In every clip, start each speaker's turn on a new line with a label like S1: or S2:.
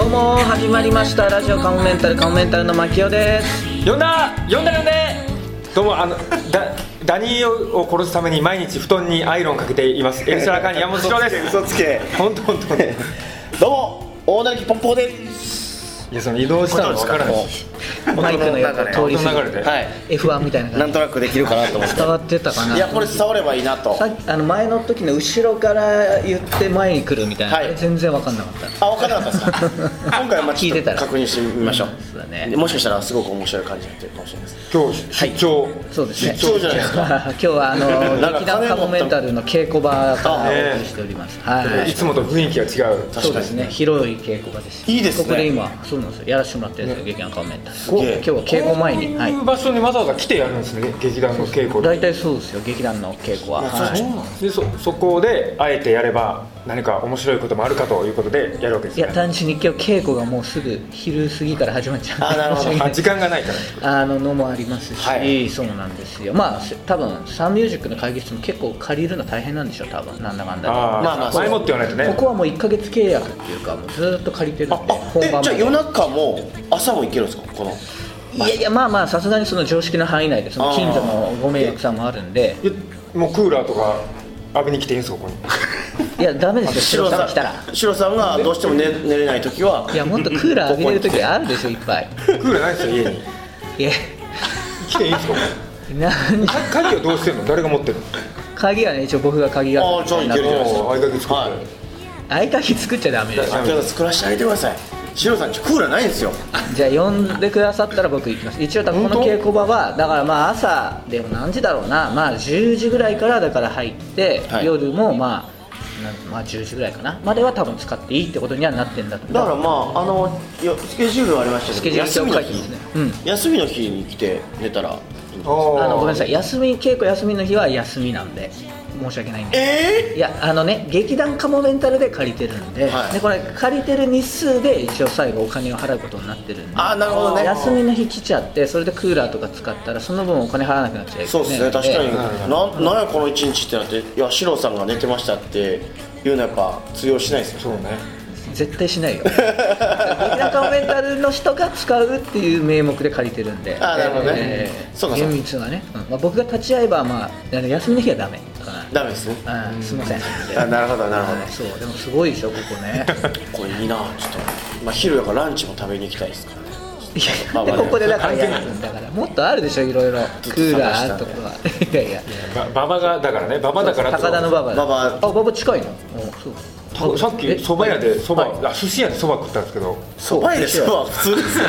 S1: 始まりましたラジオカモメンタルカモメンタルの牧雄です
S2: 呼んだ呼んだ呼んでどうもあのだダニーを殺すために毎日布団にアイロンかけていますエルシャラカーニ山本翔です
S3: 嘘つけ
S2: 本当本当本当
S3: どうも大なりきポンポコです
S2: いやその移動したの分からない
S3: も
S1: マイクの横通り
S2: 音の
S1: 過
S2: 流れ
S1: ぎ
S2: で、
S3: うはい
S1: F1 みたいな
S3: な
S1: 感
S3: んとなくできるかなと思っ
S1: じ伝わってたか
S3: ていや
S1: な
S3: これ伝わればいいなと
S1: さっきあの前の時の後ろから言って前に来るみたいな、
S3: はい
S1: 全然分かんなかった
S3: あ分からなか ったですか今回はまあちょ
S1: 聞い
S3: って
S1: た
S3: と
S1: ら
S3: 確認してみましょう
S1: そうだね
S3: もしかしたらすごく面白い感じになってるかもしれないです
S2: 今日出張、
S1: そうですね
S3: 出張じゃないです か
S1: 今日はあ
S3: なん
S1: の
S3: か
S1: 劇団カモメンタルの稽古場からお送りしております、はい
S2: い、つもと雰囲気が違う
S3: 確
S1: そう
S3: か
S1: です
S3: に
S1: ね広い稽古場です
S3: いいですね
S1: ここで今そうなんですよやらせてもらってるんですよ、劇団カモメンタル
S3: げえ
S1: 今日は稽古前に、
S2: こ
S1: は
S2: う
S1: い
S2: いう場所にわざわざ来てやるんですね劇団の稽古で
S1: 大体そうですよ劇団の稽古は、はい
S2: でそそこであえてやれば何か面白いこともあるかということでやるわけです
S1: いや
S2: ね
S1: 単純に今日稽古がもうすぐ昼過ぎから始まっちゃうんで
S3: あなるほど
S1: 申し
S2: あ
S1: 訳
S2: 時間がないから
S1: ないあののもありますし、
S3: はい
S1: そうなんですよまあせ多分サンミュージックの会議室も結構借りるの大変なんでしょう多分なんだかんだで
S2: あ、
S3: ま
S2: ま
S3: あ
S2: あ
S3: ま
S2: ま
S3: あ
S2: あ、前もって言わないとね
S1: ここはもう1か月契約っていうかもうずーっと借りてるんで
S3: あえ
S1: 本番
S3: じゃあ夜
S1: ま
S3: 中も朝も行けるんですかこの
S1: でいやいやまあまあさすがにその常識の範囲内でその近所のご迷惑さもあるんで
S2: いやもうクーラーとか浴びに来ていいんですかここに
S1: いやダメですよ白さん来たら
S3: 白さんがどうしても寝寝れない時はい
S1: やもっとクーラー浴びれる時あるでしょいっぱい
S2: クーラーないですよ家に
S1: い や
S2: 来ていいんですかこれ
S1: なん
S2: か鍵はどうしてんの誰が持ってるの
S1: 鍵はね一応僕が鍵が
S3: ああじゃあいけるじゃないですか
S2: 合鍵作
S3: はい
S2: って
S1: 合鍵作っちゃダメです
S3: あけど作らせてあげてください白さんちょクーラーないんですよ
S1: じゃあ呼んでくださったら僕行きます一応多分この稽古場はだからまあ朝でも何時だろうなまあ10時ぐらいからだから入って、
S3: はい
S1: 夜もまあなんまあ10時ぐらいかなまでは多分使っていいってことにはなってんだと
S3: だからまああのいやスケジュールはありました
S1: ス
S3: け
S1: ケ
S3: ど
S1: ジュー
S3: 休
S1: ル
S3: み
S1: 表
S3: の
S1: 書いてます
S3: 日
S1: ねうん
S3: 休みの日に来て寝たらいいんじゃないですか
S1: あのごめんなさ
S2: い
S1: い休み稽古休みの日は休みなんで申し訳ないんで
S3: え
S1: いやあのね劇団カモメンタルで借りてるんで,、
S3: はい
S1: でこれ借りてる日数で一応最後お金を払うことになってるんで
S3: あーなるほどね
S1: 休みの日来ちゃってそれでクーラーとか使ったらその分お金払わなくなっちゃう
S3: ーそうですね確かに
S1: で
S3: なんなんやこの一日ってなっていやシロさんが寝てましたっていうのはやっぱ通用しないですよ
S2: そうね
S1: 絶対しないよ劇団カモメンタルの人が使うっていう名目で借りてるんで
S3: あーなるほどねそうかそうか
S1: 厳密はね、うんまあ、僕が立ち会えば、まあ、あの休みの日はダメかな
S3: ダメですね
S1: あーすいません
S3: あなるほどなるほど
S1: はいそうでもすごいでしょここね
S3: これいいなちょっと、まあ、昼だからランチも食べに行きたいですからね
S1: い
S3: ま
S1: や
S3: あ
S1: で
S3: まあ
S1: ここでだからやるんだからもっとあるでしょいろいろク
S3: ずっと探したんで
S1: ーラーとかいやいや
S2: ばババがだからねババだからってこ
S1: 高
S2: と
S1: 田の馬場だ
S3: 馬場
S1: あ馬場近いのおそう
S2: たさっき
S1: え
S2: 蕎麦屋で蕎麦あ寿司屋で蕎麦食ったんですけど
S3: そばいですよ普通ですよ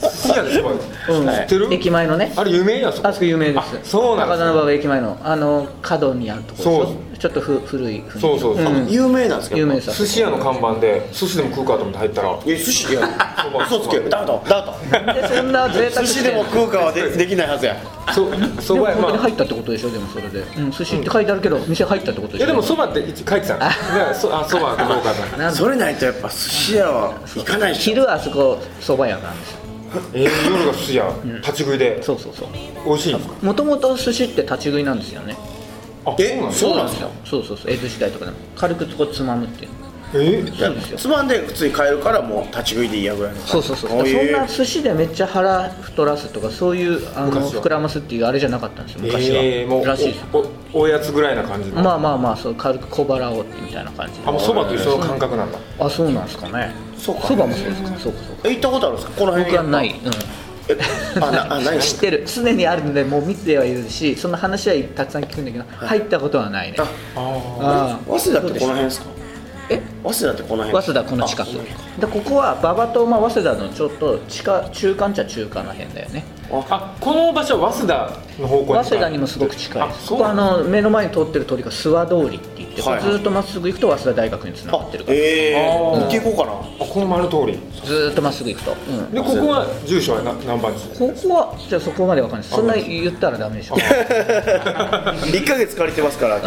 S2: 寿司屋で蕎麦
S1: うん
S2: 知ってる
S1: 駅前のね
S2: あれ有名やそこ
S1: あそこ有名です
S2: あそうなんで
S1: 高
S2: す
S1: 田
S2: ね
S1: の馬場駅前のあの角にあるところでし
S2: そう
S1: ょちょっとふ古い雰囲気の
S2: そうそうそう
S1: うん
S3: 有名なんですか
S1: 有名です
S2: 寿司屋の看板で寿司でも食うかと思って入ったら
S3: いや寿司いや
S2: ば
S3: 嘘つけダートダー
S1: でそんな贅
S3: ト
S1: 沢
S3: 寿司でも食うかはでできないはずや
S2: そ蕎
S1: で
S2: 麦
S1: も
S2: 屋
S1: 本当に
S2: まあ
S1: 入ったってことでしょでもそれでうん寿司って書いてあるけど店入ったってことで
S2: い
S1: しょ
S2: やでも蕎麦って書いてたんですだからそあ蕎麦かどうかと思 って
S1: なんで
S3: それないとやっぱ寿司屋は行かないでしょ
S1: 昼はあそこ蕎麦屋なんですよ
S2: えー夜が寿司屋立ち食いで
S1: そうそうそう
S2: 美味しいんですか
S1: もともと寿司って立ち食いなんですよね
S2: あそ
S3: え
S2: うなんです
S3: そうなんですか
S1: そうそうそう江戸時代とかでも軽くこうつまむっていう
S2: え
S3: いや
S1: そうですよ
S3: つまんで普通に買えるからもう立ち食いでいいやぐらいの
S1: そうそうそう
S3: こ
S1: そん
S3: い
S1: な寿司でめっちゃ腹太らすとかそういうあの
S2: 昔は
S1: 膨らますっていうあれじゃなかったんですよ昔は、
S2: えーもう
S1: らしいです
S2: おおおやつぐらいな感じの
S1: まあまあまあそう軽く小腹をみたいな感じで
S2: あもうそばと一緒の感覚なんだ
S1: あそうなんですかね
S3: そうか
S1: そばもそうですかそうかそうか
S3: え行ったことあるんですかこの辺
S1: 僕はない、
S3: えあなあな
S1: う
S3: い
S1: ん、
S3: で
S1: 知
S3: す
S1: ってる常にあるのでもう見てはいるしその話はたくさん聞くんだけど、入ったことはないね
S3: あ
S1: あ
S3: 早稲田ってこの辺ですか
S1: え
S3: 早稲田ってこの
S1: 早
S3: 辺
S1: 稲田この近く
S3: あそう
S1: でここは馬場と、まあ、早稲田のちょっと近中間っちゃ中間の辺だよね
S2: あこの場所は早稲田の方向
S1: 早稲田にもすごく近い
S2: あ
S1: です
S2: そ
S1: こ
S2: う
S1: こあ
S2: なの
S1: の目の前に通ってる通りが諏訪通りって言って、
S3: はい
S1: ずーっとまっすぐ行くと早稲田大学につなが
S3: あ
S1: ってるから、
S3: ええ
S2: あー
S3: 行っていこうかな
S2: あこの丸通り
S1: ずーっとまっすぐ行くと、うん
S2: でここは住所はな何番地
S1: ここはじゃあそこまでわかんないそんな言ったらダメでしょ
S3: 1か月借りてますから
S1: うん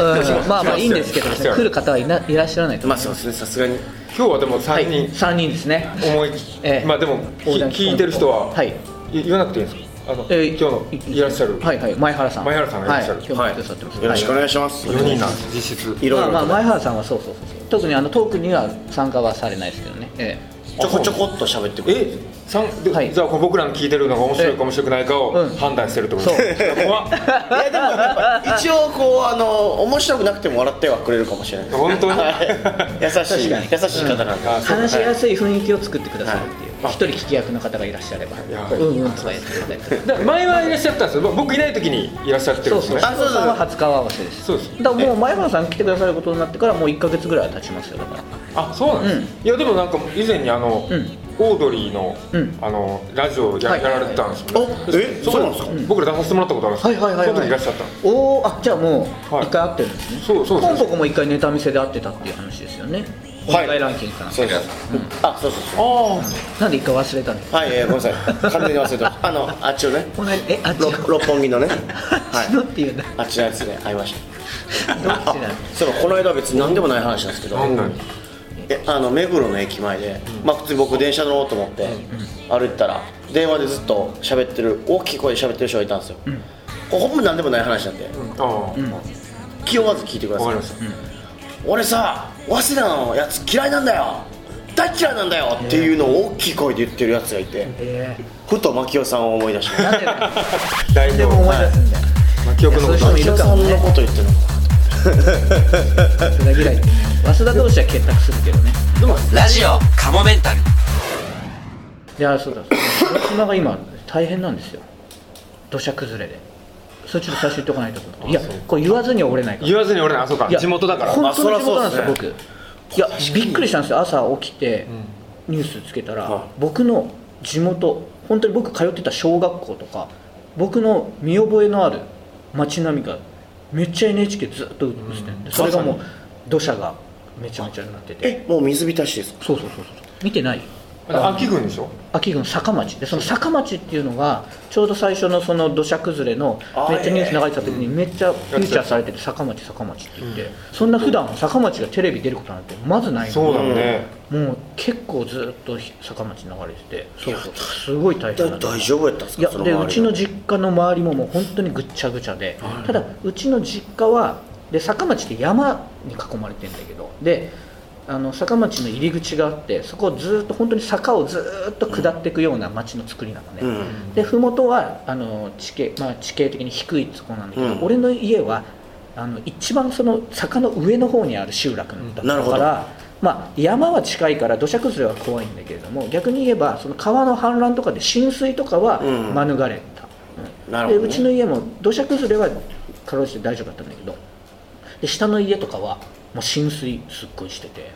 S1: まあまあいいんですけど、
S2: そうですよ
S1: 来る方はいないらっしゃらないと
S3: まあそうですねさすがに
S2: 今日はでも3人、
S1: 3人ですね
S2: 思い、
S1: ええ
S2: まあでもき
S1: 横断
S2: 聞いてる人は、
S1: はい
S2: い言わなくていいんですかあの、
S1: えー
S2: 今日のいらっしゃる
S1: はいはい前原さん
S2: 前原さんがいらっしゃる
S1: はい、今日も来てくださってます、
S3: よろしくお願いします
S2: 4人なんです実質
S3: いろいろと
S1: まあまあ前原さんはそうそうそうそう特にあのトークには参加はされないですけどね、ええ
S3: ちょこちょこっと喋ってくれる
S2: えさんで
S1: はい
S2: じゃあこう僕らの聞いてるのが面白い
S1: え
S2: か面白くないかを
S1: うん
S2: 判断してるって ことですね怖っ
S3: いやでもやっぱ一応こうあの面白くなくても笑ってはくれるかもしれ ないです
S2: 本当に
S3: はい優しい
S1: 確か
S3: 優しい方なんで、
S2: あそうか
S1: 話しやすい雰囲気を作ってくださるっていう
S2: はい
S1: 一人聞き役の方がいらっしゃれば
S2: や
S1: うんうんとかやってくれたりとか
S2: だから前はいらっしゃったんですよ僕いない時にいらっしゃってる
S1: そ
S2: ん
S1: う
S2: です
S1: そう
S2: ね
S1: 佐藤さんは初顔合わせです
S2: そうです
S1: だからもう前原さん来てくださることになってからもう1か月ぐらいは経ちますよだから
S2: あそうなんです、いやでもなんか以前にあの、
S1: うん
S2: オードリーの,、
S1: うん
S2: あのラジオや,、
S1: はい
S2: やられてたんですよ、ね、
S3: おえそうなんですか
S2: 僕ら出させてもらったことあるんですよその時いらっしゃったんです
S1: おおあじゃあもう
S2: はい
S1: 1回会ってるんですね
S2: そうそう
S1: ポ
S2: そう
S1: ンポコも1回ネタ見せで会ってたっていう話ですよねお
S3: はい
S1: 願いランキングかな
S3: そうそうあそうそうそう
S1: なんで1回忘れたの
S3: はい、えーごめんなさい完全に忘れてましたあのあっちのね
S1: このえあっち
S3: 六六本木のね
S1: あっちのっていうな
S3: あっちのやつで会いました
S1: どっちなの
S3: そういえばこの間は別に何でもない話なんですけど
S2: 何々
S3: えあの目黒の駅前で、まあ、普通に僕電車乗ろうと思って歩いてたら電話でずっと喋ってる大きい声で喋ってる人がいたんですよ、これほんま何でもない話なんで
S2: ああ
S3: 気負わず聞いてくだ
S2: わ
S3: さ
S2: か
S3: い
S2: りました、
S3: 俺さ早稲田のやつ嫌いなんだよ大嫌いなんだよっていうのを大きい声で言ってるやつがいて
S1: え
S3: ふと牧雄さんを思い出し
S1: ー
S3: た
S1: なんでだよ
S2: 大
S1: で
S2: 丈
S1: も
S2: 夫
S1: 思い出すんだよ
S2: まあ記憶の
S1: い
S2: こ
S1: や
S2: と
S1: そう
S2: は
S1: いう
S3: 牧雄さんのこと言ってるの
S1: それ嫌い早稲田同士は結託するけどね
S4: ラジオカモメンタル
S1: いやそうだそうだ広島が今大変なんですよ土砂崩れでそれちょっと最初言っとかないとと思っていやこれ言わずには折れないから
S2: 言わずに俺らあそうか
S1: いや
S2: 地元だから
S1: 本当
S3: ま
S1: に
S3: あ
S1: 地
S3: そ
S1: 元
S3: り
S1: な
S3: ゃ
S1: んですよ、
S3: そうです
S1: 僕いやびっくりしたんですよ朝起きて、ニュースつけたら、僕の地元本当に僕通ってた小学校とか僕の見覚えのある街並みがめっちゃ NHK ずっと映ってるんで、それがもう土砂がめちゃめちゃになってて
S3: えもう水浸しですか
S1: そうそうそうそう見てない
S2: 秋軍でしょ
S1: 秋郡坂町でその坂町っていうのがちょうど最初のその土砂崩れの
S3: あー
S1: めっちゃニュース流れてた時にめっちゃフューチャーされてて坂町坂町って言ってそんな普段坂町がテレビ出ることなんてまずない
S2: そうだ
S1: の
S2: ね、
S1: にもう結構ずっと坂町流れててそうそうすごい大変
S3: だ
S1: だった
S3: 大丈夫やったんです
S1: い
S3: か
S1: や
S3: その
S1: でうちの
S3: 周
S1: 実家の周りももう本当にぐっちゃぐちゃで、ただうちの実家はで坂町って山に囲まれてんだけどであの坂町の入り口があってそこをずっと本当に坂をずっと下っていくような町の作りなのね、
S3: りは
S1: で麓はあの地形、まあ、地形的に低いところなんだけど、
S3: うん
S1: 俺の家はあの一番その坂の上の方にある集落だった
S3: なるほ
S1: か
S3: ど
S1: ら、まあ、山は近いから土砂崩れは怖いんだけれども逆に言えばその川の氾濫とかで浸水とかは
S3: うん
S1: 免れた、
S3: うんなる
S1: で
S3: ほど
S1: う
S3: ね
S1: ちの家も土砂崩れはかろうじて大丈夫だったんだけどで下の家とかはもう浸水すっごいしてて、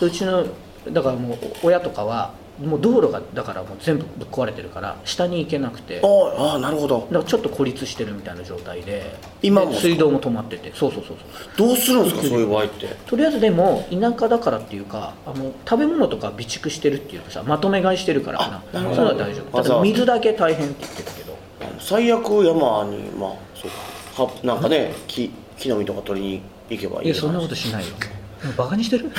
S1: うちのだからもう親とかはもう道路がだからもう全部ぶっ壊れてるから下に行けなくてだか
S3: あああなるほど
S1: らちょっと孤立してるみたいな状態で
S3: 今も
S1: で
S3: ですか
S1: 水道も止まっててそうそうそうそう
S3: どうするんですかそういう場合って
S1: とりあえずでも田舎だからっていうかあの食べ物とか備蓄してるっていうかさまとめ買いしてるから
S3: あ
S1: そ
S3: な
S1: れ
S3: る
S1: は
S3: ほど
S1: 大丈夫
S3: わ
S1: た
S3: ざ
S1: だ
S3: わざ
S1: 水だけ大変って言ってるけど
S3: 最悪山にまあそうかはなんかね木木の実とか取りに行けばい
S1: い
S3: い
S1: やそんなことしないよバカに してる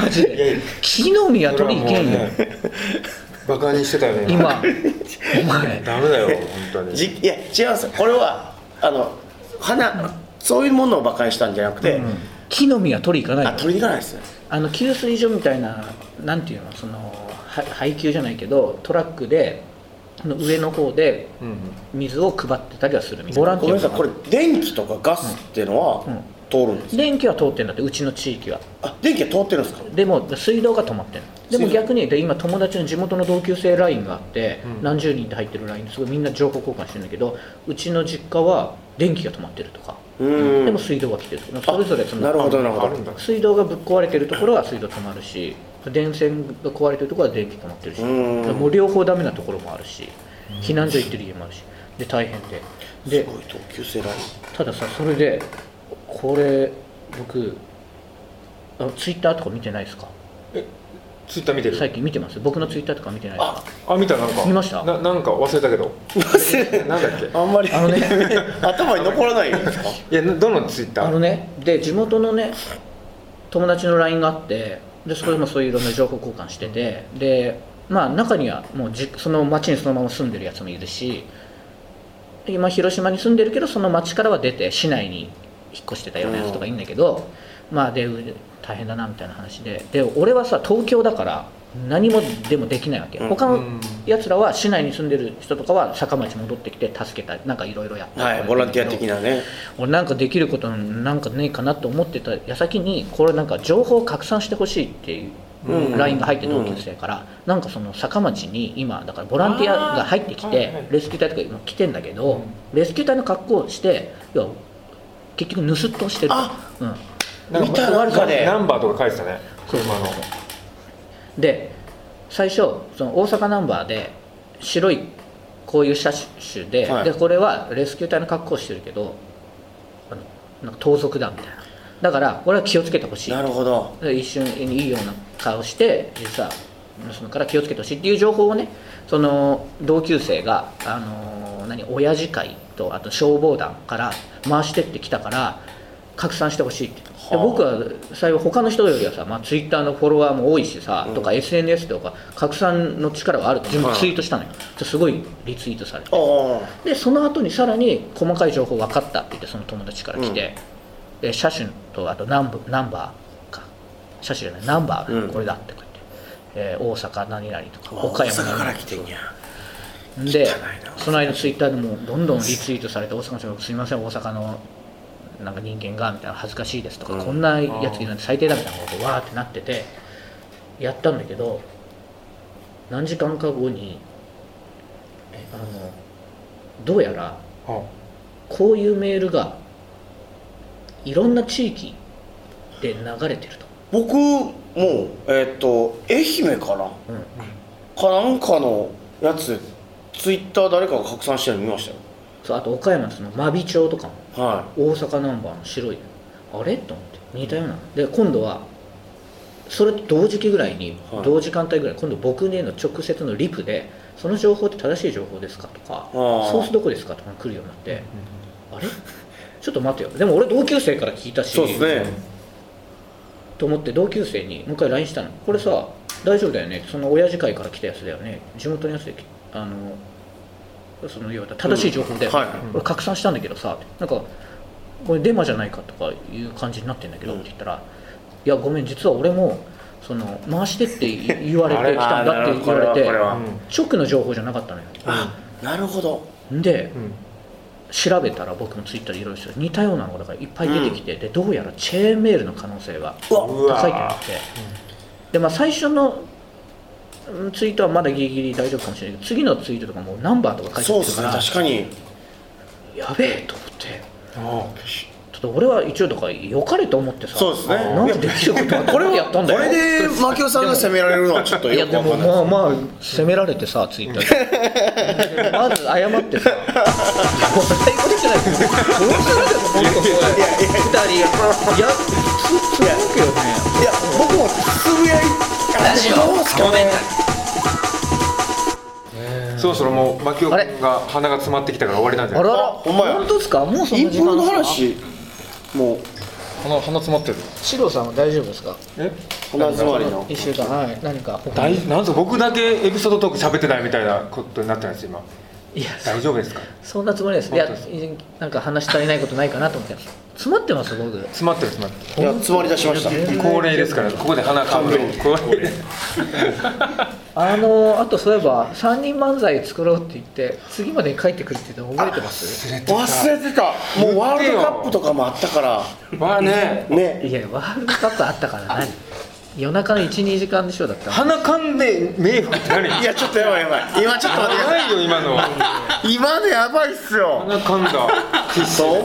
S1: マジで木の実は取りに行けんよ、
S2: バカにしてたよね
S1: 今 お前
S2: ダメだよ本当に
S3: じいや違うんですよこれはあの花そういうものを馬鹿にしたんじゃなくて、
S1: 木の実は取りに行かない
S3: あ
S1: よ
S3: 取りに行かないですね
S1: あの給水所みたいななんていうのそのは配給じゃないけどトラックであの上の方で
S2: うん
S1: 水を配ってたりはするみたいなボランテ
S3: ご
S1: ィ
S3: めん
S1: ア
S3: なさい
S1: と
S3: こ
S1: か
S3: れ電気とかガスっていうのは
S1: ん
S3: 通るんです、
S1: 電気は通ってんだってうちの地域は
S3: あ電気は通ってるんですか
S1: でも水道が止まってるでも逆に言うと今友達の地元の同級生ラインがあって、何十人って入ってるラインですごいみんな情報交換してるんだけどうちの実家は電気が止まってるとか、
S3: うーん
S1: でも水道が来てるとかそれぞれその
S3: なるほどなる
S2: あ
S3: ほ
S2: るんだ
S3: ど
S1: 水道がぶっ壊れてるところは水道止まるし電線が壊れてるところは電気止まってるし
S3: うん
S1: もう両方ダメなところもあるし避難所行ってる家もあるしで大変でです
S3: ごい同級生ライン
S1: たださそれでこれ僕あツイッターとか見てないですか
S2: ツイッター見てる
S1: 最近見てます僕のツイッターとか見てないですか
S2: あ見たなんか
S1: 見ました
S2: ななんか忘れたけどなんだっけ
S3: あんまり
S1: あのね
S3: 頭に残らないんです か
S2: いやなどのツイッタ
S1: あの
S2: ー
S1: ねで地元のね友達の LINE があってでそこでもそういういろんな情報交換しててでまあ中にはもうじその町にそのまま住んでるやつもいるし今広島に住んでるけどその町からは出て市内に引っ越してたようなやつとかいいんだけど、まあでう大変だなみたいな話でで俺はさ東京だから何もでもできないわけ、
S3: うん
S1: 他の
S2: うん
S1: やつらは市内に住んでる人とかは坂町戻ってきて助けたりなんかいろいろやった
S3: はいボランティア的なね
S1: 俺なんかできることなんかねえかなと思ってた矢先にこれなんか情報を拡散してほしいっていう
S3: うん
S1: LINE が入って同級生から、なんかその坂町に今だからボランティアが入ってき
S2: あーはいは
S1: て
S2: い
S1: レスキュー隊とか今来てんだけど、
S2: うん
S1: レスキュー隊の格好をして要は結局盗っ人をしてる
S3: あ
S1: うん、
S2: なん
S3: 見た中で
S2: ナンバーとか書いてたね
S1: そう
S2: 車の
S1: で最初その大阪ナンバーで白いこういう車種で,、
S3: はい
S1: でこれはレスキュー隊の格好をしてるけどあのなんか盗賊だみたいなだから俺は気をつけてほしい
S3: なるほど
S1: で一瞬いいような顔して実は娘から気をつけてほしいっていう情報をねその同級生があのー何親父会とあと消防団から回してってきたから拡散してほしいって、で
S3: はあ
S1: 僕は幸い他の人よりはさ、まあ、ツイッターのフォロワーも多いしさ、とか SNS とか拡散の力はあるって全部ツイートしたのよ、ですごいリツイートされて
S3: おお
S1: でその後にさらに細かい情報分かったって言ってその友達から来て、で車種とあとナンバナンバーか車種じゃないナンバー
S3: うん
S1: がこれだってこう言って、えー大阪何々とか岡
S3: 大
S1: 山
S3: 阪
S1: 何
S3: から
S1: 々
S3: 来てんや
S1: で
S3: 汚いな
S1: その間ツイッターでもうどんどんリツイートされて大阪の人がすみません大阪のなんか人間がみたいな恥ずかしいですとか、
S3: うん
S1: こんなやついるなんて最低だみたいなことがわーってなっててやったんだけど何時間か後にえあのどうやら
S2: うん
S1: こういうメールがいろんな地域で流れてると、
S3: 僕もえーっと愛媛かな
S1: うん
S3: かなんかのやつツイッター誰かが拡散してるの見ましたよ
S1: そうあと岡山のその真備町とかも
S3: はい
S1: 大阪ナンバーの白いあれと思って似たようなで今度はそれと同時期ぐらいに、
S3: はい
S1: 同時間帯ぐらい今度僕への直接のリプでその情報って正しい情報ですかとか
S3: ー
S1: ソースどこですかとか来るようになって、あれちょっと待てよでも俺同級生から聞いたし
S3: そうですね
S1: と思って同級生にもう一回 LINE したの「これさ大丈夫だよねその親父会から来たやつだよね地元のやつであのその要は正しい情報で、
S3: うんはい
S1: 俺拡散したんだけどさ」なんかこれデマじゃないかとかいう感じになってんだけど」
S3: う
S1: っ
S3: ん
S1: て言ったら「いやごめん実は俺もその回してって言われ てきたんだ」って言われて
S3: あーなるほどこれはこれは
S1: ショックの情報じゃなかったのよ
S3: あなるほど
S1: で
S2: うん
S1: 調べたら僕もツイッターでいろいろして似たようなのがだからいっぱい出てきて、でどうやらチェーンメールの可能性が
S3: うわ
S2: うわ
S1: 高いってなって、でまあ最初のうんツイートはまだギリギリ大丈夫かもしれないけど次のツイートとかもうナンバーとか
S3: そう
S1: 書いて
S3: で
S1: ある
S3: す
S1: か
S3: ね
S1: ら、
S3: 確かに
S1: やべえと思って
S2: あ
S1: ちょっと俺は一応とから良かれと思ってさ
S3: そうですね
S1: なんでできることはこれをやったんだ
S3: こ
S1: よ
S3: れでマキオさんが責められるのはちょっと
S1: いや
S3: よく
S1: で
S3: わか
S1: も
S3: んない
S1: まあまあ責められてさツイッターでまず謝ってさ笑い事じゃないけど殺されたの本当そうだよ二人いやつつくよね
S3: いや僕もつぶやい
S4: ラジオ
S3: どうです
S4: カモ
S3: か
S4: メン
S3: ね
S4: タ
S2: そろそろもう牧雄
S1: あれ
S2: 君が鼻が詰まってきたから終わりなんじゃ
S1: あ
S2: な
S1: ら
S2: い
S1: あら
S3: ほんまや
S1: 本当ですかもうそん
S3: イ
S1: な
S3: ンプ
S1: 時
S3: ロ
S1: 間
S3: の
S1: ですか
S3: 話もう
S5: 鼻鼻詰まってる
S1: シロさんは大丈夫ですか
S2: え
S3: 鼻詰まりの
S1: 一週間はい何か他
S2: 大
S1: に
S2: なんと僕だけエピソードトーク喋ってないみたいなことになってないです今
S1: いや
S2: 大丈夫ですか
S1: そんなつもりですいや
S2: 本当
S1: なんか話し足りないことないかなと思って詰まってます僕
S2: 詰まってる詰まって
S3: いや詰まり出しました
S2: る恒例ですからここで鼻かむ恒例
S1: あのあとそういえば三人漫才作ろうって言って次までに帰ってくるって言って覚えてます
S2: 忘れて
S3: 忘れてたもうワールドカップとかもあったから
S2: たわあね
S3: ね
S1: いやワールドカップあったから何夜中の12時間でしょだったら
S2: 鼻かんで目拭くって何
S3: いやちょっとやばいやばい今ちょっと待ってくださ
S2: ないよ今の
S3: い今のやばいっすよ
S2: 鼻かんだ必死
S3: そう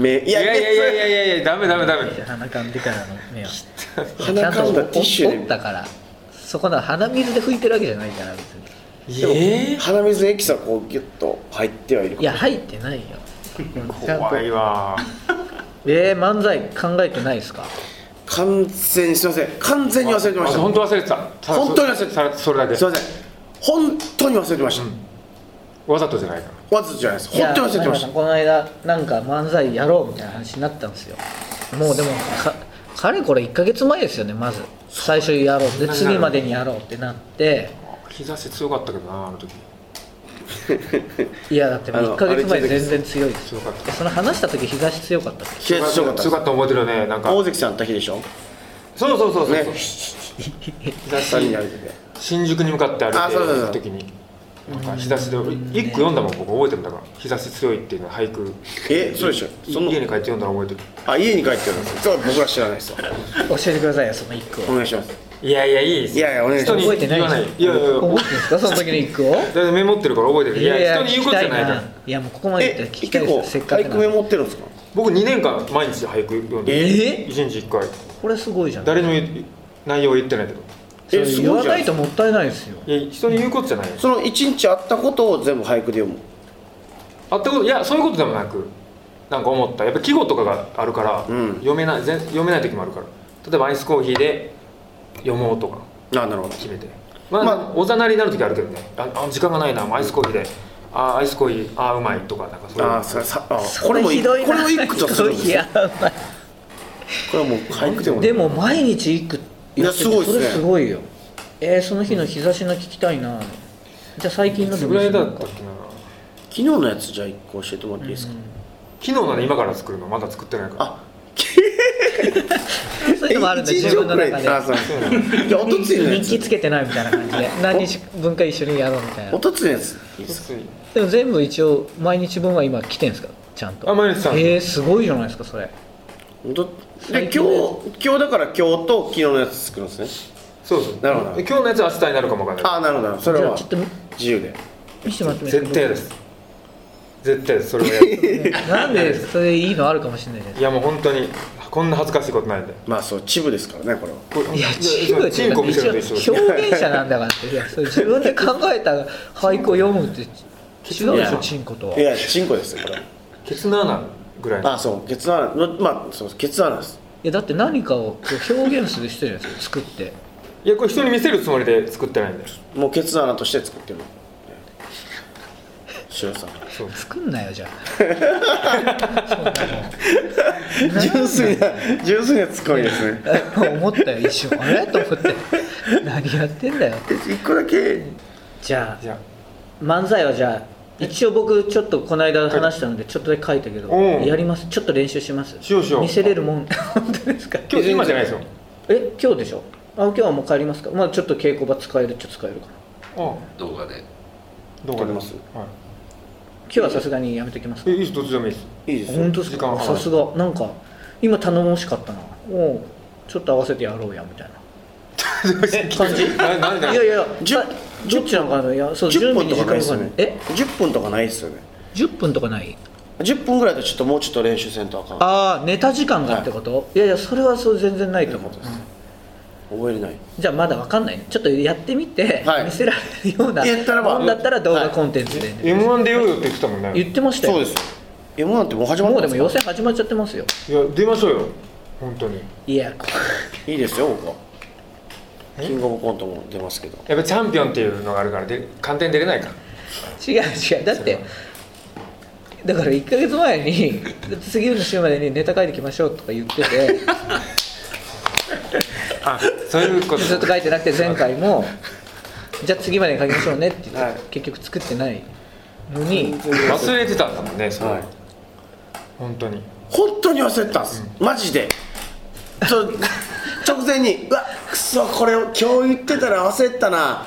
S3: 目い
S2: いやいやいやい
S3: や
S2: やいやいやダメダメダメ
S1: 鼻かんでからの目をちゃ
S3: 鼻
S1: ん
S3: か
S1: と
S3: んだティッシュで
S1: 折ったからそこの鼻水で拭いてるわけじゃないから別に
S2: え
S3: 鼻水エキスはこうギュッと入ってはいる
S1: いや入ってないよちゃ
S2: ー、
S1: んと
S2: 怖いわ
S1: えー、漫才考えてないですか
S3: 完全にすいません完全に忘れてました
S2: 本当忘れてたただ
S3: 本当に忘れて
S2: ただ
S3: た
S2: それだけ
S3: すいません本当に忘れてました、
S2: わざとじゃないから
S3: わざとじゃないです本当に忘れてまし
S1: いや前田さん
S3: た
S1: この間なんか漫才やろうみたいな話になったんですよもうでもかかれこれ1か月前ですよねまず最初やろうで次までにやろうってなって
S2: 日差し強かったけどなあの時
S1: いやだって
S3: あ
S1: 1
S3: の
S1: か月前
S3: あれ
S1: 全然強いです
S2: 強かった
S1: えその話した時日差し強かったっけ
S3: 気圧強かったで
S2: 強
S3: す
S2: かった覚えてるよねなんか
S3: 大関さんだけでしょ
S2: そうそうそうそう、
S3: ね
S2: 日差
S3: 三
S2: し
S3: 人歩いてて
S2: 新宿に向かって歩い
S3: あそうそうそう
S2: てる時になんか日差しで俺一句読んだもん僕覚えてるんだから日差し強いっていうのは俳句
S3: えそうでしょその
S2: 家に帰って読んだら覚えてる
S3: あ家に帰ってるんですよ僕は知らないですよ
S1: 教えてくださいよその1句 を
S3: お願いします
S2: いやいやいいです
S3: いやいやお願いし
S2: 人
S3: ます
S2: に
S1: 覚えてない
S2: 言わないいやいやいや
S1: 覚えてるんですかその時の1句を
S2: だってメモってるから覚えてるいや人に言うことじゃないか
S1: 聞き
S2: ら
S1: たいやもうここまで言
S3: え
S1: ったら聞きた
S3: 結
S1: いです
S3: 構
S1: よせっかく
S3: 俳句メ
S1: なんで
S3: モってるんですか
S2: 僕2年間毎日俳句読んで
S1: え
S2: 1日1回
S1: これすごいじゃん
S2: 誰にも言内容は言ってないけど
S1: それ
S3: えす
S1: 言
S3: ごい
S1: わ
S3: じゃ
S1: なんいともったいないですよ
S2: いや人に言うことじゃないよ
S3: その一日あったことを全部俳句で読む
S2: あったこといやそういうことでもなくなんか思ったやっぱ季語とかがあるから、
S3: うん
S2: 読めない全読めない時もあるから例えばアイスコーヒーで読もうとか
S3: あなるほど
S2: 決めてまあ、
S3: まあ
S2: おざなりになる時あるけどねああ時間がないなもうアイスコーヒーであアイスコーヒーあうまいとかなんかそういう
S3: あーそれさあこれもいこれも一句とするんです
S1: い
S3: よ
S1: やまあ
S3: これはもう俳句でも
S1: でも毎日一句
S3: い
S1: や
S3: や
S1: って
S3: す
S1: て
S3: ごいっす
S1: そ
S3: ね
S1: れすごいよえー、その日の日差しの聞きたいなじゃあ最近の
S2: い
S1: で
S2: つ
S1: も
S2: ぐらいだ
S1: い
S2: っ
S1: い
S2: た
S1: で
S2: っけな
S3: 昨日のやつじゃあ一個教えてもらっていいですか
S2: 昨日なの今から作るのまだ作ってないから
S3: あ
S1: すかそういうのもあるんだ
S3: 一
S1: 自
S3: 日
S1: 分の
S3: 遅れ
S1: 中で
S3: あそうじゃあおとつい のや
S1: 日
S3: つ
S1: 記つけてないみたいな感じで何日分か一緒にやろうみたい
S3: お
S1: な
S3: とついのやついいですか
S1: でも全部一応毎日分は今来てんすかちゃんと
S2: あ毎日さん
S1: えー、すごいじゃないですかそれ
S3: おとで
S1: 最
S3: 今日
S1: 近のや
S3: 今日だから今日と昨日のやつ作るんですね
S2: そうそう
S3: なるほど
S2: で今日のやつは明日になるかもわかんない
S3: ああなるほどなるほどそれ
S1: じゃ
S3: は
S1: あちょっと見
S3: 自由で
S1: 見せてもらってもいい
S2: 絶対
S1: で
S2: ですす絶対ですそれをや る
S1: かなんでそれいいのあるかもしれないじゃない
S2: いやもう本当にこんな恥ずかしいことないんで
S3: まあそうチブですからねこれはい。
S1: や、チーム
S2: チンコ見せるのと一緒で
S1: 一
S2: す
S1: 応表現者なんだからって、 いや、それ自分で考えた俳句を読むって違うでしょ、チンコとはい
S3: やチンコですよこれは
S2: ケツの穴ぐらいの
S3: あそうケツ穴のまあそうケツ穴です
S1: いや、だって何かをこう表現する人じゃないですか、作って。
S2: いやこれ人に見せるつもりで作ってないんで
S3: もうケツ穴として作ってる白さん
S1: 作んなよ、じゃ
S3: 純粋な 純粋なツッコミですね
S1: あ。 思ったよ、一瞬。あれと思って。何やってんだよ。
S3: 一個だけ
S1: じゃ
S2: じゃ
S1: あ、漫才はじゃあ、一応僕、ちょっとこの間話したので、ちょっとだけ書いたけど、
S2: うん
S1: やります。ちょっと練習します。
S2: しようしよう
S1: 見せれるもん。 本当ですか
S2: 今日今じゃないですよ
S1: え今日でしょあ今日はもう帰りますかまあちょっと稽古場使えるっちゃ使えるかな
S2: あ
S4: 動画で
S2: どう
S3: 撮れます
S2: は
S1: 今日はさすがにやめときます
S2: い
S1: か
S2: えいいですどっちでもいい です
S3: いいですよ
S1: 本当です
S2: 時間
S1: か
S2: は
S1: さすがなんか今頼もしかったなおうちょっと合わせてやろうやみたいな感じい
S2: ななんだ
S1: やいや
S3: じゅ
S1: さどっちなんかないやそう10
S3: 10分
S1: 分
S3: と
S1: に
S3: か
S1: 時間
S3: ないで
S1: か
S3: す
S1: か
S3: よ
S1: る
S3: ね
S1: え
S3: 10分とかないですよね
S1: 10分とかない
S3: 10分ぐらいだとちょっともうちょっと練習せんとあかん
S1: ああネタ時間がってこと、い、やいやそれはそう全然ないと思う、うん
S3: 覚えれない
S1: じゃあまだわかんないねちょっとやってみて、
S3: はい
S1: 見せられるような
S3: やったらば
S1: もんだったら動
S3: は
S1: 画
S3: い
S1: コンテンツで、
S2: M1 出ようよって言ってたもんね
S1: 言ってましたよ
S3: そうですよ M なんてもう始まっ
S1: も
S3: た
S1: うんで
S3: で
S1: も
S3: すか
S1: 予選始まっちゃってますよ
S2: いや出ましょうよ本当に
S1: いやこ
S3: いいですよ僕はキングオブコントも出ますけど
S2: やっぱチャンピオンっていうのがあるからで簡単に出れないか
S1: 違う違うだってだから1か月前に次の週までにネタ書いてきましょうとか言ってて
S2: あそういう こと
S1: ずっと書いてなくて前回もじゃあ次までに書きましょうねって言って、
S3: はい
S1: 結局作ってないのに
S2: 忘れてたんだもんねそれ、
S3: はい
S2: 本当に
S3: 本当に忘れてたんです、マジでちょ直前にうわくそこれを今日言ってたら忘れてたな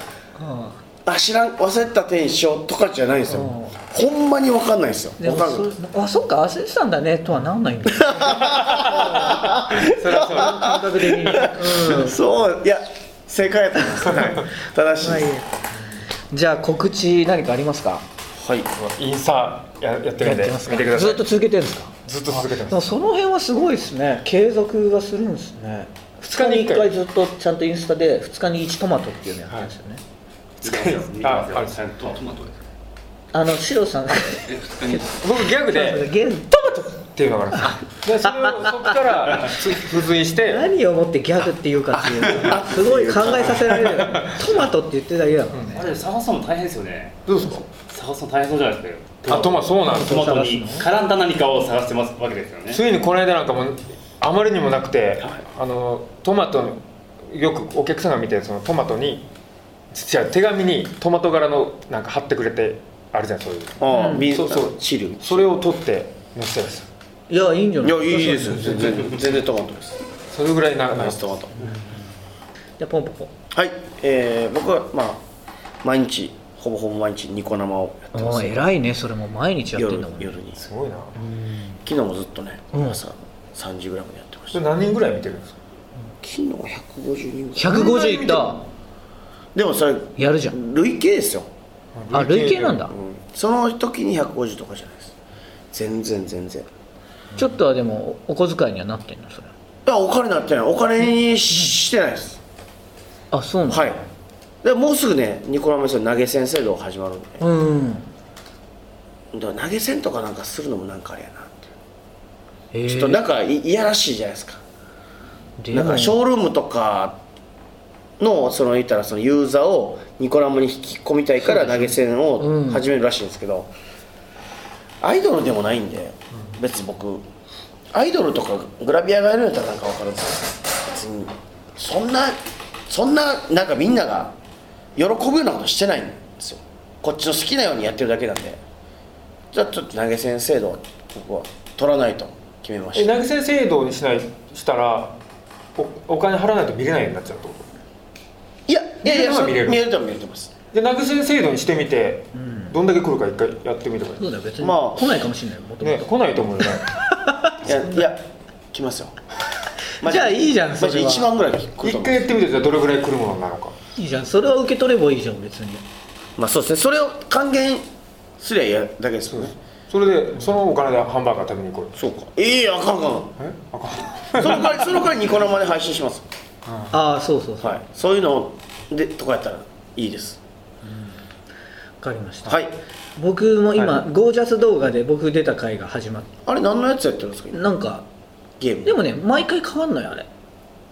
S3: あ知らん忘れてた点にしようとかじゃないんですよ
S1: うん
S3: ほんまに分かんないですよ
S1: で
S3: 分
S1: も
S3: かんない
S1: そあそっか忘れてたんだねとはなんないんだよ
S2: それはそう
S1: 感覚的に、 うん
S3: そういや正解やと思いますはい正しい
S1: まあいい
S3: で
S1: やじゃあ告知何かありますか
S3: すはい
S2: インスタややってる
S1: やっ
S2: んで
S1: てますか
S2: 見てくださ
S1: ずっ
S2: い
S1: と続けてるんですか
S2: ずっと続けて
S1: でも
S2: ます
S1: その辺はすごいですね継続がするんですね
S2: 2日
S1: 1
S2: に1
S1: 回
S2: 回
S1: ずっとちゃんとインスタで2日に1トマトっていうのやってるんですよね、
S2: あある
S4: トマトです
S1: あのシロさんが
S4: え二日に
S2: 僕ギャグで
S1: ゲントマト
S2: っていうのがあるんですよでそれを そこからつ 付随して
S1: 何をもってギャグっていうかっていう のがすごい考えさせられるトマトって言ってるだけだもんね、
S6: あれ探すの大変ですよね
S2: どうですか
S6: 探すの大変そうじゃないですか
S2: あトマトそうなんです
S6: ト
S2: よ
S6: マトに絡んだ何かを探してますわけですよね
S2: ついにこの間なんかもうあまりにもなくてあのトマトのよくお客さんが見てそのトマトに違う手紙にトマト柄のなんか貼ってくれてあるじゃんそういう
S3: ああ、水
S2: そうそう
S3: チルい
S2: それを取って乗せたいです
S1: いやいいんじゃない
S3: やいいですよ全然全然トマトです
S2: それぐらい長
S3: ナ
S2: い
S3: イストマト
S1: じゃあポンポコ
S3: はいえー僕はまあ毎日ほぼほぼ毎日ニコ生をやってま
S1: お
S3: す
S1: ー偉いねそれも毎日やってん
S3: 夜
S1: だもんね
S3: 夜に
S2: すごいな
S3: 昨日もずっとね
S1: うん
S3: 朝3時ぐらいまでやってまし
S2: そ
S3: た
S2: れ
S3: 昨
S2: 何人ぐらい見てるんですか
S3: 日150人ぐらい
S1: 150いった
S3: でもそれ
S1: やるじゃん
S3: 累計ですよ
S1: あ累計なんだ
S3: うんその時に150とかじゃないです全然全然
S1: ちょっとはでもお小遣いにはなってんのそれ
S3: いやお金になってないお金にしてないです
S1: あそうなの
S3: はいでもうすぐねニコラメス投げ銭制度が始まるんで
S1: うん
S3: だから投げ銭とかなんかするのもなんかあれやなって
S1: え
S3: ちょっとなんかいいやらしいじゃないですか
S1: で
S3: なん
S1: も
S3: かショールームとかのその言ったらそのユーザーをニコラムに引き込みたいから投げ銭
S1: う
S3: を
S1: ん
S3: 始めるらしいんですけど、アイドルでもないんで別に僕アイドルとかグラビアがやるんやったらなんか分かるんですけど別にそんなそんななんかみんなが喜ぶようなことしてないんですよこっちの好きなようにやってるだけなんでじゃあちょっと投げ銭制度を僕は取らないと決めま
S2: え
S3: した
S2: 投げ銭制度にしないしたらおお金払わないと見れないようになっちゃうってこ
S3: いやいや
S2: 見れ
S3: いや
S2: るのは
S3: そ
S2: 見れる
S3: 見えるとは見えてます
S2: とで投げ銭制度にしてみて、どんだけ来るか一回やってみればい
S1: そうだよ別に
S3: まあ
S1: 来ないかもしれないもとも
S2: いね来ないと思うよね
S3: いやいや来ます よマジ
S1: じゃあいいじゃん
S3: マジ
S1: それは
S3: 1万ぐらい聞くと
S2: 一
S3: 思う
S2: 回やってみてじゃあどれぐらい来るものなのか
S1: といいじゃんそれは受け取ればいいじゃん別に
S3: まあそうですねそれを還元すりゃいいだけですもんね
S2: それでそのお金でハンバーガー食べに行こう
S3: そうかええあかん あ
S2: えあかん
S3: かんその代わりその代わりニコ生で配信します
S1: ああそうそうそう
S3: は
S1: わ
S3: いそういうのでとかやったらいいです
S1: かりました
S3: はい
S1: 僕も今、
S2: は
S1: ゴージャス動画で僕出た回が始まっ
S3: あれ何のやつやってるんですか
S1: て
S3: 今
S1: なんか
S3: ゲーム
S1: でもね毎回変わんのよあれ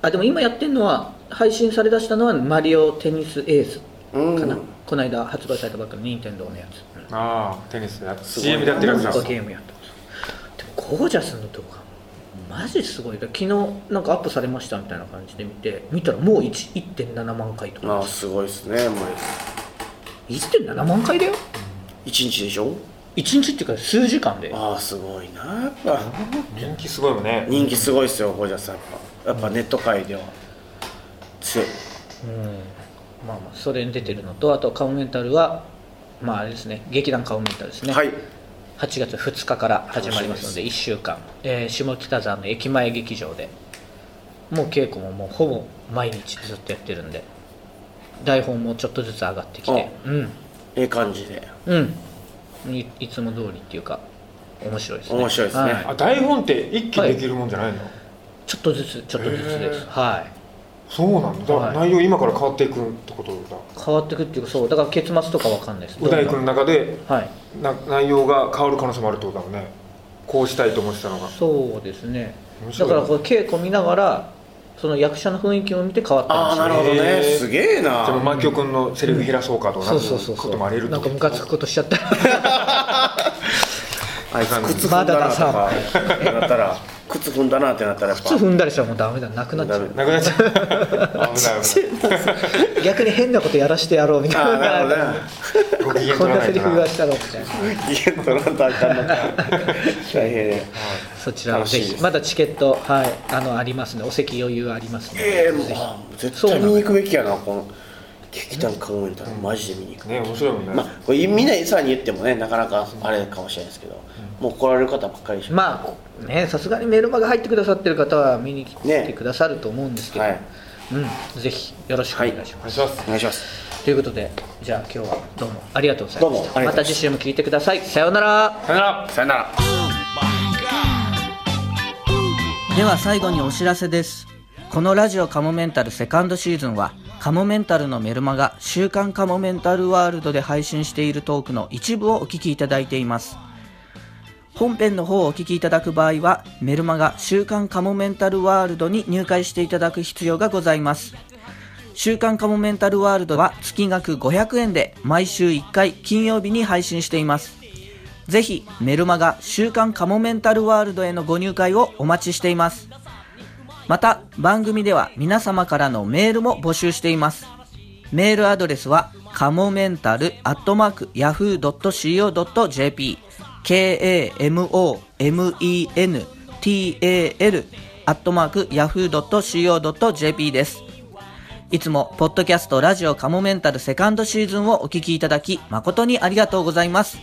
S1: あでも今やってるのは配信されだしたのは「マリオテニスエース」
S3: うん
S1: かな、この間発売されたばっかの任天堂のやつ
S2: ああテニスでやっ
S3: ごい
S2: CM でやってるやつだ
S1: なんかゲームやったでもゴージャスの動画マジすごい昨日なんかアップされましたみたいな感じで見て見たらもう1 1.7万回と
S3: ああ
S1: か
S3: すごいですねもう
S1: 1.7万回だよ
S3: 1日でしょ
S1: 1日っていうか数時間で
S3: ああすごいなやっぱ
S2: 人気すごいもんね
S3: 人気すごいですよゴージャスさんやっぱやっぱネット界では強い
S1: まあまあそれに出てるのとあと顔メンタルはまああれですね劇団顔メンタルですね、
S3: はい
S1: 8月2日から始まりますので1週間、えー下北沢の駅前劇場でもう稽古ももうほぼ毎日ずっとやってるんで台本もちょっとずつ上がってきてうん
S3: ええ感じで
S1: うんいいつも通りっていうか面白いですね
S3: 面白いですね
S1: は
S2: あ台本って一気にできるもんじゃないの、
S1: ちょっとずつちょっとずつで
S2: へ
S1: す
S2: ー
S1: はい
S2: そうなんだ、
S1: はい
S2: 内容今から変わっていくってことだ
S1: 変わってくっていうかそうだから結末とかわかんないです
S2: う大君の中で
S1: はい
S2: な内容が変わる可能性もあるってことだもんねこうしたいと思ってたのが
S1: そうですね
S2: 面白
S1: だ
S2: い
S1: からこれ稽古見ながらその役者の雰囲気を見て変わった
S3: ああ
S1: りす
S3: なるほどね
S2: へー
S3: すげえな
S2: でもマキオ君のセリフ減らそうかとか
S1: そ
S2: なん
S1: う
S2: か
S1: そうそう
S2: こ
S1: そ
S2: ともありえる
S1: う
S2: っ
S1: な
S2: て
S1: ん
S2: こ
S1: か
S2: と
S1: ムカつくことしちゃった
S3: あいつ靴踏ん
S1: まだ
S3: だな
S1: だ
S3: と
S1: さ
S3: かなったら靴踏んだなってなったらやっぱ
S1: 靴踏んだりしたらもうダメだなくなっちゃ
S3: ダメ
S1: う
S2: なくなっちゃう危 ない危ない
S1: 逆に変なことやらしてやろうみた
S3: あ
S1: い
S3: あなるほど
S1: な
S3: ね
S2: ご機嫌
S1: こん
S2: 取ら
S1: な
S2: な
S1: セ
S2: い
S1: リ
S2: と
S1: フ
S2: な
S1: がしたろうみたいな
S3: 家取らんとあかんのか大変ね
S1: そちらもぜ
S3: 楽しいで
S1: ひ
S3: す
S1: まだチケットはいあのありますのでお席余裕ありますの
S3: ええ
S1: で
S3: もう
S1: ぜひ
S3: ああ絶
S1: そうな
S3: 対
S1: の
S3: 見に行くべきやなこの劇団かごめんたらマジで見に行く
S2: ね面白いもんね、
S3: まあこれみんなさらに言ってもねなかなかあれかもしれないですけどもう来られる方ばっかりでしょ
S1: まあねさすがにメールマが入ってくださってる方は見に来て
S3: ね
S1: くださると思うんですけど、
S3: はい
S1: うん、ぜひよろしくお願いします、
S2: お願いします
S3: お願いします
S1: ということでじゃあ今日はどうもありがとうございま
S3: どうもあり
S1: したま
S3: がとうございます
S1: た次週も聞いてくださいさようなら
S2: さよなら
S3: さよなら
S7: では最後にお知らせですこのラジオカモメンタルセカンドシーズンはカモメンタルのメルマガ週刊カモメンタルワールドで配信しているトークの一部をお聞きいただいています本編の方をお聞きいただく場合はメルマガ週刊カモメンタルワールドに入会していただく必要がございます週刊カモメンタルワールドは月額500円で毎週1回金曜日に配信していますぜひメルマガ週刊カモメンタルワールドへのご入会をお待ちしています。また番組では皆様からのメールも募集しています。メールアドレスはカモメンタルアットマーク yahoo.co.jp k-a-m-o-m-e-n-t-a-l アットマーク yahoo.co.jp です。いつも、ポッドキャストラジオカモメンタルセカンドシーズンをお聞きいただき、誠にありがとうございます。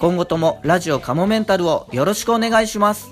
S7: 今後ともラジオカモメンタルをよろしくお願いします。